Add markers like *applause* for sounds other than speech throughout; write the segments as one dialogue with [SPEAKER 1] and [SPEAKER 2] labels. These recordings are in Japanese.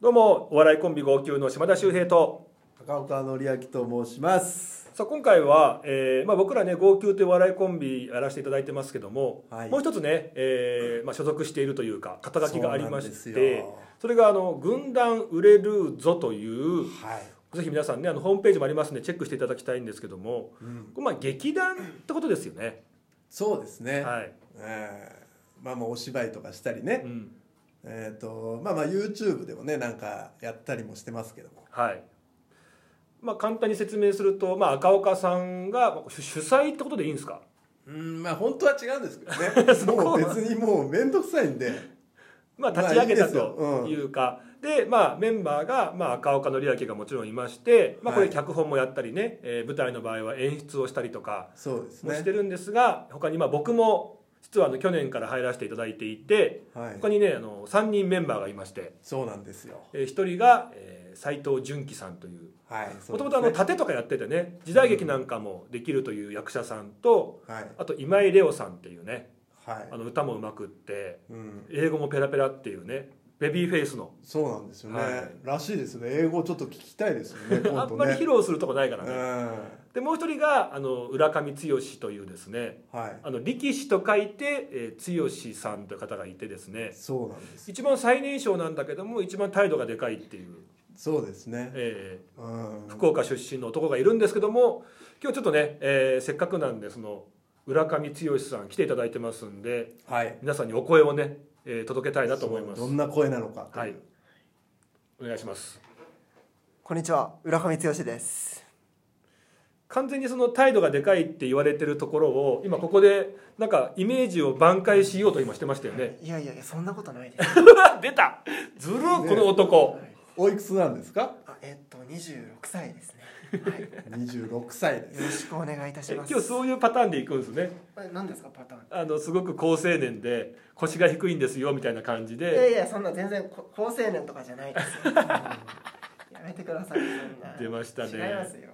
[SPEAKER 1] どうもお笑いコンビ号泣の島田秀平と
[SPEAKER 2] 高岡典明と申します
[SPEAKER 1] さあ今回は、えーまあ、僕らね号泣というお笑いコンビやらせていただいてますけども、
[SPEAKER 2] はい
[SPEAKER 1] もう一つね、えーまあ、所属しているというか肩書きがありまし
[SPEAKER 2] そうなんです
[SPEAKER 1] て
[SPEAKER 2] よ
[SPEAKER 1] それがあの「軍団売れるぞ」という
[SPEAKER 2] はい
[SPEAKER 1] ぜひ皆さんねあのホームページもありますんでチェックしていただきたいんですけども、
[SPEAKER 2] うん
[SPEAKER 1] まあ、劇団ってことですよね。
[SPEAKER 2] そうですね、
[SPEAKER 1] はい
[SPEAKER 2] えーまあまあお芝居とかしたりね、
[SPEAKER 1] うん
[SPEAKER 2] えっ、とまあまあ YouTube でもねなんかやったりもしてますけども
[SPEAKER 1] はいまあ、簡単に説明すると、まあ、赤岡さんがまあ主主催ってことでいいんですか
[SPEAKER 2] うんまあ本当は違うんですけどね *laughs* もう別にもう面倒くさい
[SPEAKER 1] *laughs*
[SPEAKER 2] んで
[SPEAKER 1] まあ、
[SPEAKER 2] まあ
[SPEAKER 1] 立ち上げた
[SPEAKER 2] いいですよう
[SPEAKER 1] と
[SPEAKER 2] ん
[SPEAKER 1] いうか、でまあ、メンバーが、まあ、赤岡典明がもちろんいまして、まあ、これ
[SPEAKER 2] はい
[SPEAKER 1] 脚本もやったりね、えー舞台の場合は演出をしたりとか
[SPEAKER 2] そうです
[SPEAKER 1] も
[SPEAKER 2] ね
[SPEAKER 1] してるんですが、他にまあ僕も実はあの去年から入らせていただいていて
[SPEAKER 2] はい
[SPEAKER 1] 他にねあの3人メンバーがいまして、
[SPEAKER 2] そうなんですよ
[SPEAKER 1] え1人が、え斎藤純喜さんという
[SPEAKER 2] はい
[SPEAKER 1] もと
[SPEAKER 2] と
[SPEAKER 1] もと盾とかやっててね時代劇なんかもできるという役者さんと、
[SPEAKER 2] はい
[SPEAKER 1] あと今井レオさんっていうね
[SPEAKER 2] はい
[SPEAKER 1] あの歌もうまくって
[SPEAKER 2] うん
[SPEAKER 1] 英語もペラペラっていうねベビーフェイスの。
[SPEAKER 2] そうなんですよね、
[SPEAKER 1] はい
[SPEAKER 2] らしいですね英語ちょっと聞きたいですよね
[SPEAKER 1] *laughs* あ
[SPEAKER 2] 今
[SPEAKER 1] ん
[SPEAKER 2] 度
[SPEAKER 1] まり
[SPEAKER 2] ね
[SPEAKER 1] 披露するとこないから
[SPEAKER 2] う
[SPEAKER 1] ね、
[SPEAKER 2] ん
[SPEAKER 1] でもう一人があの浦上剛というですね
[SPEAKER 2] はい
[SPEAKER 1] あの力士と書いて、えー剛さんという方がいてですね
[SPEAKER 2] そうなんです
[SPEAKER 1] 一番最年少なんだけども一番態度がでかいっていう、
[SPEAKER 2] そうですね、
[SPEAKER 1] え
[SPEAKER 2] うん
[SPEAKER 1] ー、福岡出身の男がいるんですけども今日ちょっとね、えーせっかくなんでその浦上剛さん来ていただいてますんで
[SPEAKER 2] はい
[SPEAKER 1] 皆さんにお声をね、えー届けたいなと思います
[SPEAKER 2] どんな声なのかと、
[SPEAKER 1] はいいうお願いします
[SPEAKER 3] こんにちは浦上剛です
[SPEAKER 1] 完全にその態度がでかいって言われてるところを今ここでなんかイメージを挽回しようと今してましたよね
[SPEAKER 3] いやいやいやそんなことないです
[SPEAKER 1] *laughs* 出たずるこの男
[SPEAKER 2] おいくつなんですか
[SPEAKER 3] あえっと26歳ですね、はい、よ
[SPEAKER 2] 26歳です
[SPEAKER 3] ろしくお願いいたし
[SPEAKER 1] え
[SPEAKER 3] ます
[SPEAKER 1] 今日そういうパターンでいくんですね
[SPEAKER 3] これ何ですかパターン
[SPEAKER 1] あのすごく好青年で腰が低いんですよみたいな感じ
[SPEAKER 3] いやい
[SPEAKER 1] で
[SPEAKER 3] やそんな全然こ高青年とかじ
[SPEAKER 1] *laughs*
[SPEAKER 3] ゃないですよやめてくださいそんな
[SPEAKER 1] 出ましたね
[SPEAKER 3] 違いますよ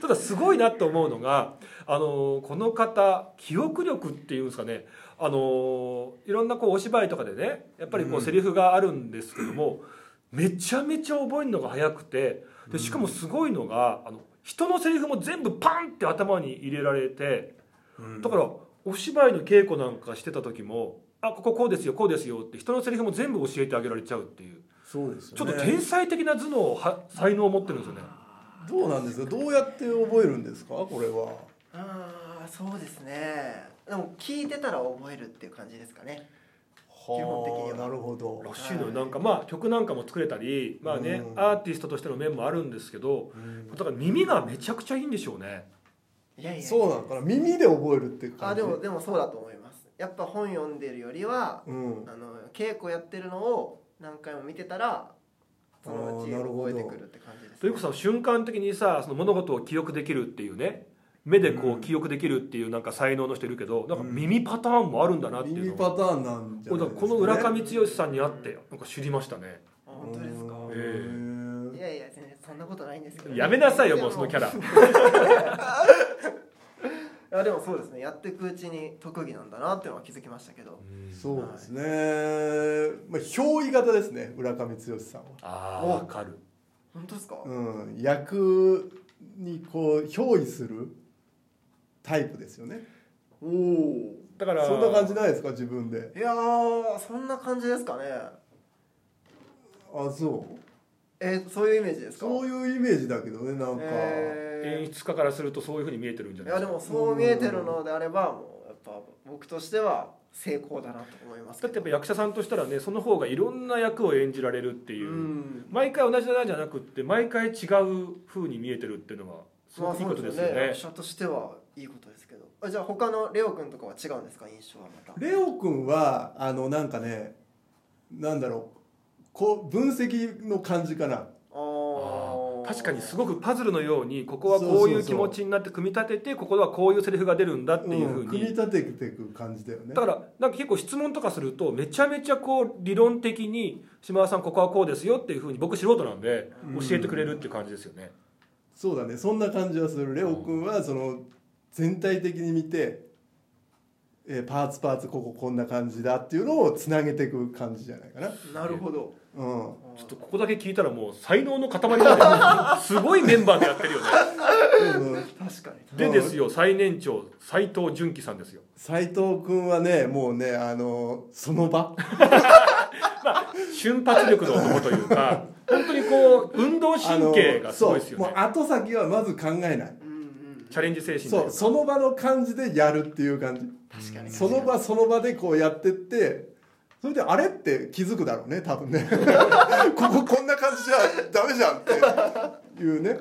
[SPEAKER 1] ただすごいなと思うのがあのこの方記憶力っていうんですかねあのいろんなこうお芝居とかでねやっぱりこうセリフがあるんですけども、めちゃめちゃ覚えるのが早くてでしかもすごいのがあの人のセリフも全部パンって頭に入れられてだからお芝居の稽古なんかしてた時も「あこここうですよこうですよ」って人のセリフも全部教えてあげられちゃうっていう
[SPEAKER 2] そうです
[SPEAKER 1] ちょっと天才的な頭脳をは才能を持ってるんですよね。
[SPEAKER 2] どうなんですかどうやって覚えるんですかこれは
[SPEAKER 3] ああそうですねでも聞いてたら覚えるっていう感じですかね基本的には
[SPEAKER 2] なるほど
[SPEAKER 1] らしいのよ
[SPEAKER 3] はい
[SPEAKER 1] なんかまあ曲なんかも作れたりまあね
[SPEAKER 2] うん
[SPEAKER 1] アーティストとしての面もあるんですけどだから耳がめちゃくちゃいいんでしょうね
[SPEAKER 3] いやいやいや
[SPEAKER 2] そうなのかな耳で覚えるっていう感じ
[SPEAKER 3] あでもでもそうだと思いますやっぱ本読んでるよりは
[SPEAKER 2] うん
[SPEAKER 3] あの稽古やってるのを何回も見てたらそのうち
[SPEAKER 2] あーなるほ
[SPEAKER 3] 覚
[SPEAKER 2] ど
[SPEAKER 3] えてくるって感じです、
[SPEAKER 1] というこさ瞬間的にさその物事を記憶できるっていうね目でこう記憶できるっていうなんか才能の人いるけどなんか耳パターンもあるんだなってい
[SPEAKER 2] 耳
[SPEAKER 1] うの
[SPEAKER 2] パ
[SPEAKER 1] を
[SPEAKER 2] ターンなんじゃ
[SPEAKER 1] これだから
[SPEAKER 2] ないですか、
[SPEAKER 1] この浦上剛さんに会ってなんか知りましたね
[SPEAKER 3] あ本当ですか
[SPEAKER 1] え
[SPEAKER 3] いやいや全然そんなことないんですけど
[SPEAKER 1] やめなさいよもうそのキャラ
[SPEAKER 3] いやでもそうですねやっていくうちに特技なんだなっていうのは気づきましたけど
[SPEAKER 2] そうですね、まあ憑依型ですね浦上剛さんは
[SPEAKER 1] ああわかる
[SPEAKER 3] 本当ですか、
[SPEAKER 2] うん役にこう憑依するタイプですよね
[SPEAKER 3] おお
[SPEAKER 1] だから
[SPEAKER 2] そんな感じないですか自分で
[SPEAKER 3] いやーそんな感じですかね
[SPEAKER 2] あそう
[SPEAKER 3] えーそういうイメージですか
[SPEAKER 2] そういうイメージだけどねなん
[SPEAKER 1] 演
[SPEAKER 2] か、
[SPEAKER 3] え
[SPEAKER 1] 出家からするとそういうふうに見えてるんじゃ
[SPEAKER 3] ーい
[SPEAKER 1] ない
[SPEAKER 3] や
[SPEAKER 1] で
[SPEAKER 3] です
[SPEAKER 1] か
[SPEAKER 3] もそう見えてるのであればもうやっぱ僕としては成功だなと思います
[SPEAKER 1] だ
[SPEAKER 3] け
[SPEAKER 1] って
[SPEAKER 3] ど
[SPEAKER 1] やっぱ役者さんとしたらねその方がいろんな役を演じられるっていう、
[SPEAKER 3] うん
[SPEAKER 1] 毎回同じだなじゃなくって毎回違う風に見えてるっていうのはす
[SPEAKER 3] ま
[SPEAKER 1] ご
[SPEAKER 3] あ
[SPEAKER 1] くいいことですよ
[SPEAKER 3] そう
[SPEAKER 1] ね
[SPEAKER 3] 役。者としてはいいことですけどあじゃあ他のレオ君とかは違うんですか印象はまた
[SPEAKER 2] レオ君はあのなんかねなんだろうこう分析の感じかな
[SPEAKER 1] ああ
[SPEAKER 3] あ
[SPEAKER 1] 確かにすごくパズルのようにここはこういう気持ちになって組み立ててここはこういうセリフが出るんだっていうふう
[SPEAKER 2] 組み
[SPEAKER 1] に。
[SPEAKER 2] 立てていく感じだよね
[SPEAKER 1] だからなんか結構質問とかするとめちゃめちゃこう理論的に島田さんここはこうですよっていうふうに僕素人なんで教えてくれるっていう感じですよね。
[SPEAKER 2] そうだねそんな感じはするレオ君はその全体的に見てえーパーツパーツこここんな感じだっていうのをつなげていく感じじゃないかな、
[SPEAKER 3] なるほど。
[SPEAKER 2] うん、
[SPEAKER 1] ちょっとここだけ聞いたらもう才能の塊だねすごいメンバーでやってるよね
[SPEAKER 2] うん
[SPEAKER 3] 確かに。
[SPEAKER 1] でですよ最年長斉藤純喜さんですよ
[SPEAKER 2] 斉藤君はねもうねあのその場
[SPEAKER 1] 瞬発力の男というか本当にこう運動
[SPEAKER 2] あの
[SPEAKER 1] 神経がすごいですよ
[SPEAKER 2] そうも
[SPEAKER 1] ね
[SPEAKER 2] う後先はまず考えない
[SPEAKER 3] うんうん。
[SPEAKER 1] チャレンジ精神とい
[SPEAKER 2] そうう
[SPEAKER 1] か
[SPEAKER 2] その場の感じでやるっていう感じ
[SPEAKER 3] 確かに。
[SPEAKER 2] その場その場でこうやってってそれであれって気づくだろうね多
[SPEAKER 1] *laughs*
[SPEAKER 2] 分ねこここんな感じじゃダメじゃんっていうね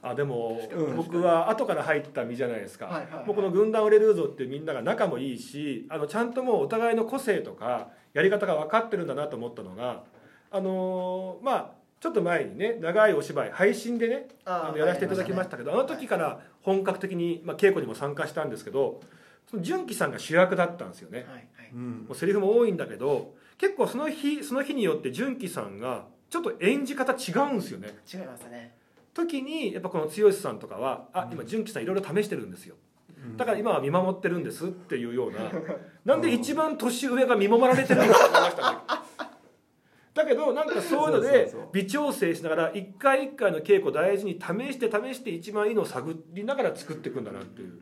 [SPEAKER 1] あでも、
[SPEAKER 2] うん
[SPEAKER 1] 僕は後から入った身じゃないですか、
[SPEAKER 3] はいはいはい
[SPEAKER 1] もうこの「軍団俺ルーゾ」ってみんなが仲もいいしあのちゃんともうお互いの個性とかやり方が分かってるんだなと思ったのがあのーまあちょっと前にね長いお芝居配信でねあ
[SPEAKER 3] あ
[SPEAKER 1] のやらせていただきましたけどあの時から本格的に、まあ、稽古にも参加したんですけどその純喜さんが主役だったんですよね
[SPEAKER 3] はいはい。
[SPEAKER 2] うん
[SPEAKER 1] もうセリフも多いんだけど結構その日その日によって純喜さんがちょっと演じ方違うんですよね
[SPEAKER 3] 違いますね。
[SPEAKER 1] 時にやっぱこの剛さんとかは「あ今純喜さんいろいろ試してるんですよだから今は見守ってるんです」っていうよう *laughs* ななんで一番年上が見守られてるのかと思いましたねだけどなんかそういうので
[SPEAKER 2] そうそうそう
[SPEAKER 1] 微調整しながら一回一回の稽古大事に試して試して一番いいのを探りながら作っていくんだなっていう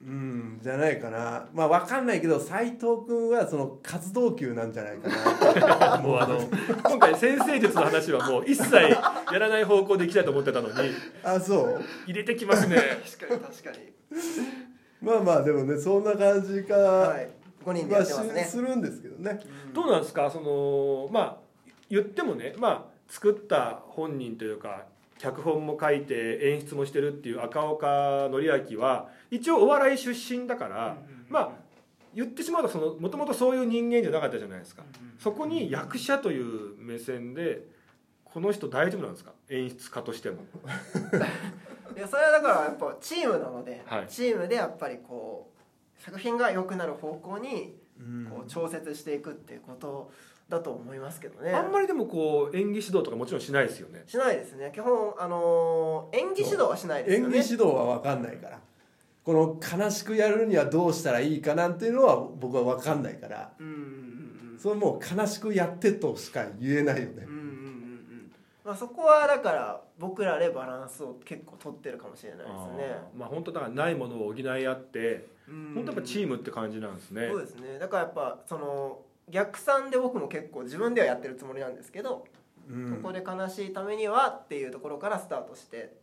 [SPEAKER 2] うんじゃないかなまあわかんないけど斉藤君はその活動級なんじゃないかな
[SPEAKER 1] もうあの今回先生術の話はもう一切やらない方向でいきたいと思ってたのに
[SPEAKER 2] あそう
[SPEAKER 1] 入れてきますね
[SPEAKER 3] *laughs* 確かに確かに。
[SPEAKER 2] まあまあでもねそんな感じか、
[SPEAKER 3] はい。五人で
[SPEAKER 2] ま
[SPEAKER 3] や
[SPEAKER 2] あ
[SPEAKER 3] って
[SPEAKER 2] し
[SPEAKER 3] ますね
[SPEAKER 2] す。るんですけどね
[SPEAKER 1] どうなんですかそのまあ言ってもね、まあ、作った本人というか脚本も書いて演出もしてるっていう赤岡典明は一応お笑い出身だから、まあ言ってしまうとそのもともとそういう人間じゃなかったじゃないですか、そこに役者という目線でこの人大丈夫なんですか演出家としても。
[SPEAKER 3] いやそれはだからやっぱチームなので、
[SPEAKER 1] はい
[SPEAKER 3] チームでやっぱりこう作品が良くなる方向にこう調節していくっていうことだと思いますけどね。
[SPEAKER 1] あんまりでもこう演技指導とかもちろんしないですよね
[SPEAKER 3] しないですね。基本あのー演技指導はしないです
[SPEAKER 2] 演
[SPEAKER 3] よ
[SPEAKER 2] 技
[SPEAKER 3] ね。
[SPEAKER 2] 指導は分かんないからこの悲しくやるにはどうしたらいいかなんていうのは僕は分かんないから
[SPEAKER 3] うんうんうんうん。
[SPEAKER 2] それもう悲しくやってとしか言えないよね
[SPEAKER 3] うんうんうんうん。まあそこはだから僕らでバランスを結構取ってるかもしれないですね。
[SPEAKER 1] あーまあ本当だからないものを補い合って本当やっぱチーム
[SPEAKER 3] ム
[SPEAKER 1] って感じなんですね、
[SPEAKER 3] そうですね。だからやっぱその逆算で僕も結構自分ではやってるつもりなんですけど、
[SPEAKER 2] うん
[SPEAKER 3] ここで悲しいためにはっていうところからスタートして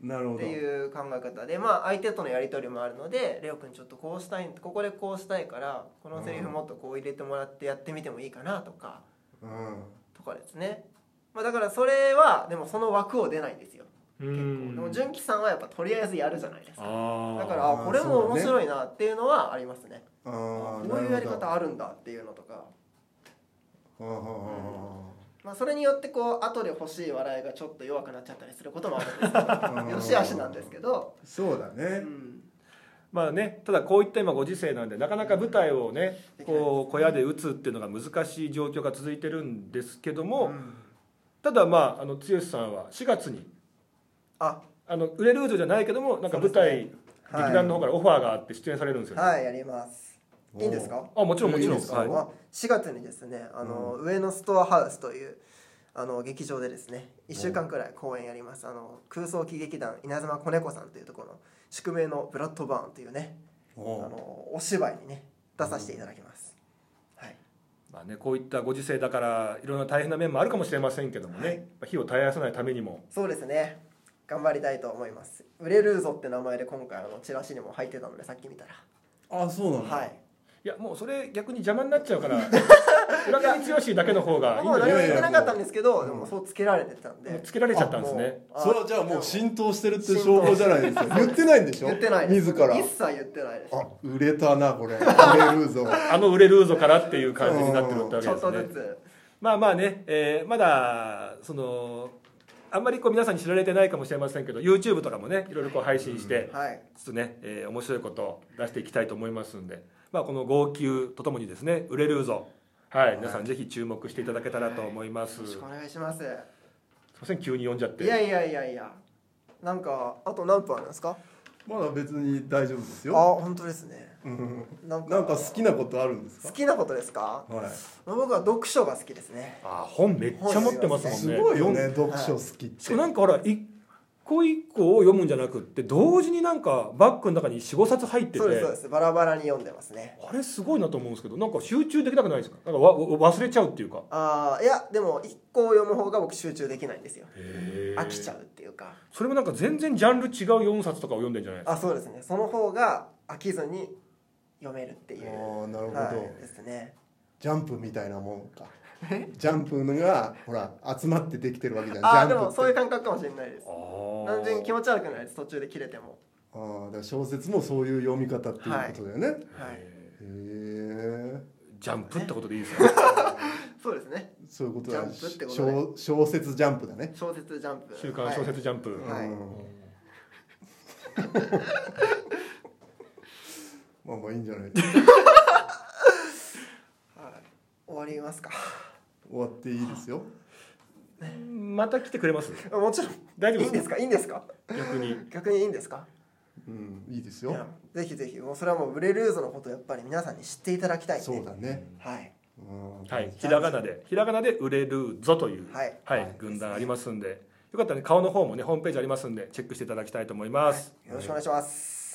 [SPEAKER 2] なるほ
[SPEAKER 3] って
[SPEAKER 2] ど
[SPEAKER 3] いう考え方でまあ相手とのやり取りもあるのでレオ君ちょっとこうしたいここでこうしたいからこのセリフもっとこう入れてもらってやってみてもいいかなとか
[SPEAKER 2] うん
[SPEAKER 3] とかですね、まあ、だからそれはでもその枠を出ないんですよ
[SPEAKER 1] う
[SPEAKER 3] 結
[SPEAKER 1] ん
[SPEAKER 3] 構でも純喜さんはやっぱとりあえずやるじゃないですか
[SPEAKER 1] あだ
[SPEAKER 3] だか
[SPEAKER 1] からら
[SPEAKER 3] あこれも面白いなっていうのはありますね
[SPEAKER 2] あ
[SPEAKER 3] こ
[SPEAKER 2] ー
[SPEAKER 3] ういうやり
[SPEAKER 2] なるほど
[SPEAKER 3] 方あるんだっていうのとか、
[SPEAKER 2] うんうんうん
[SPEAKER 3] まあ、それによってこう後で欲しい笑いがちょっと弱くなっちゃったりすることもあるんですけど
[SPEAKER 2] うん
[SPEAKER 3] よし悪しなんですけど、
[SPEAKER 2] そうだ
[SPEAKER 3] う
[SPEAKER 2] ね
[SPEAKER 3] ん、
[SPEAKER 1] まあねただこういった今ご時世なんでなかなか舞台をねこう小屋で打つっていうのが難しい状況が続いてるんですけども、ただまああの剛さんは4月に
[SPEAKER 3] あ
[SPEAKER 1] あの売れるーじゃないけどもなんか舞台、
[SPEAKER 3] はい
[SPEAKER 1] 劇団の方からオファーがあって出演されるんですよね、
[SPEAKER 3] はいやりますいいんですか
[SPEAKER 1] あもちろんもちろん
[SPEAKER 3] いいですか
[SPEAKER 1] はい
[SPEAKER 3] は4月にですねあの、上野ストアハウスというあの劇場でですね1週間くらい公演やりますあの空想喜劇団稲妻子猫さんというところの宿命のブラッドバーンというねあ
[SPEAKER 2] おう
[SPEAKER 3] のお芝居にね出させていただきます、はい、
[SPEAKER 1] まあね、こういったご時世だからいろんな大変な面もあるかもしれませんけどもね、
[SPEAKER 3] はい
[SPEAKER 1] やっぱ火を絶やさないためにも
[SPEAKER 3] そうですね頑張りたいと思います売れるぞって名前で今回あのチラシにも入ってたのでさっき見たら
[SPEAKER 2] あそうなの
[SPEAKER 3] はい
[SPEAKER 1] いやもうそれ逆に邪魔になっちゃうから
[SPEAKER 3] *laughs*
[SPEAKER 1] 村上剛だけの方がいいん
[SPEAKER 3] もう
[SPEAKER 1] じゃ
[SPEAKER 3] 何
[SPEAKER 1] な
[SPEAKER 3] も
[SPEAKER 1] い
[SPEAKER 3] 言ってなかったんですけどでもそうつけられてたんで
[SPEAKER 1] もうつけられちゃったんですね
[SPEAKER 3] あ
[SPEAKER 2] それはじゃあもう浸透してるって証拠じゃないですか言ってないんでしょ
[SPEAKER 3] 言ってないです
[SPEAKER 2] 自ら
[SPEAKER 3] 一切言ってないです
[SPEAKER 2] あ売れたなこれ売れるぞ
[SPEAKER 1] あの売れるぞからっていう感じになってるってわ
[SPEAKER 3] ち
[SPEAKER 1] けで
[SPEAKER 3] ょっ
[SPEAKER 1] す
[SPEAKER 3] と
[SPEAKER 1] ね
[SPEAKER 3] ずつ
[SPEAKER 1] まあまあね、えーまだそのあんまりこう皆さんに知られてないかもしれませんけど YouTube とかもねいろいろこう配信して、
[SPEAKER 3] はい
[SPEAKER 1] ちょっとね、えー面白いことを出していきたいと思いますんで、まあ、この号泣とともにですね売れるぞはい、皆さんぜひ注目していただけたらと思います、
[SPEAKER 3] よろ
[SPEAKER 1] す
[SPEAKER 3] し
[SPEAKER 1] い
[SPEAKER 3] くお願いします
[SPEAKER 1] ません急に呼んじゃって
[SPEAKER 3] いやいやいやいやなんかあと何分あるんですか
[SPEAKER 2] まだ別に大丈夫です
[SPEAKER 3] あ
[SPEAKER 2] よ。
[SPEAKER 3] 本当ですね
[SPEAKER 2] うん
[SPEAKER 3] なん
[SPEAKER 2] なんか好きなことあるんですか
[SPEAKER 3] 好。きなことですか
[SPEAKER 2] はい。
[SPEAKER 3] 僕は読書が好きですね
[SPEAKER 1] あ本めっちゃ持ってますもんね
[SPEAKER 2] すごいよね、
[SPEAKER 1] 読ん
[SPEAKER 2] 読書好きって。
[SPEAKER 1] しかもなんかほら一個一個を読むんじゃなくって同時になんかバッグの中に45冊入ってて
[SPEAKER 3] そうですそうですバラバラに読んでますね
[SPEAKER 1] あれすごいなと思うんですけどなんか集中できなくないですかなんかわわ忘れちゃうっていうか
[SPEAKER 3] ああいやでも一個を読む方が僕集中できないんですよ飽きちゃうっていうか
[SPEAKER 1] それもなんか全然ジャンル違う4冊とかを読んでんじゃないですか
[SPEAKER 3] あそうですねその方が飽きずに読めるっていう
[SPEAKER 2] ああ、なるほど、
[SPEAKER 3] はいですね
[SPEAKER 2] ジャンプみたいなもんか。ジャンプがほら集まってできてるわけじゃん。
[SPEAKER 3] ああ
[SPEAKER 2] ジ
[SPEAKER 3] で
[SPEAKER 2] ャンプ
[SPEAKER 3] も
[SPEAKER 2] って
[SPEAKER 3] そういう感覚かもしれないです
[SPEAKER 1] あ
[SPEAKER 3] 単純に気
[SPEAKER 1] 持
[SPEAKER 3] 持ち悪くないです途中で切れても
[SPEAKER 2] ああ、だから小説もそういう読み方っていうことだよね。
[SPEAKER 3] はい
[SPEAKER 2] へえ。
[SPEAKER 1] ジャンプってことでいいですかね
[SPEAKER 3] そうですね
[SPEAKER 2] そういうことだね。
[SPEAKER 3] ジャンプってことね
[SPEAKER 2] 小小説ジャンプだね。
[SPEAKER 3] 小説ジャンプ
[SPEAKER 1] 週刊小説ジャンプ、
[SPEAKER 3] はいはい
[SPEAKER 2] うん *laughs* まあまあいいんじゃない。
[SPEAKER 3] 終わりますか *laughs*
[SPEAKER 2] 終わっていいですよ。
[SPEAKER 1] また来てくれます
[SPEAKER 3] もちろん
[SPEAKER 1] 大丈夫
[SPEAKER 3] いいんですかいいんですか
[SPEAKER 1] 逆に
[SPEAKER 3] 逆にいいんですか
[SPEAKER 2] うん、いいです
[SPEAKER 3] い
[SPEAKER 2] よ
[SPEAKER 3] や。ぜひぜひもうそれはもうブレルーズのことをやっぱり皆さんに知っていただきたいんで
[SPEAKER 2] そうだね。
[SPEAKER 3] はい
[SPEAKER 2] うん
[SPEAKER 1] はい、ひらがなで、ひらがなで売れるぞという、
[SPEAKER 3] はい
[SPEAKER 1] 軍団ありますんで。よかったらね、顔の方もね、ホームページありますんで、チェックしていただきたいと思います。
[SPEAKER 3] よろしくお願いします、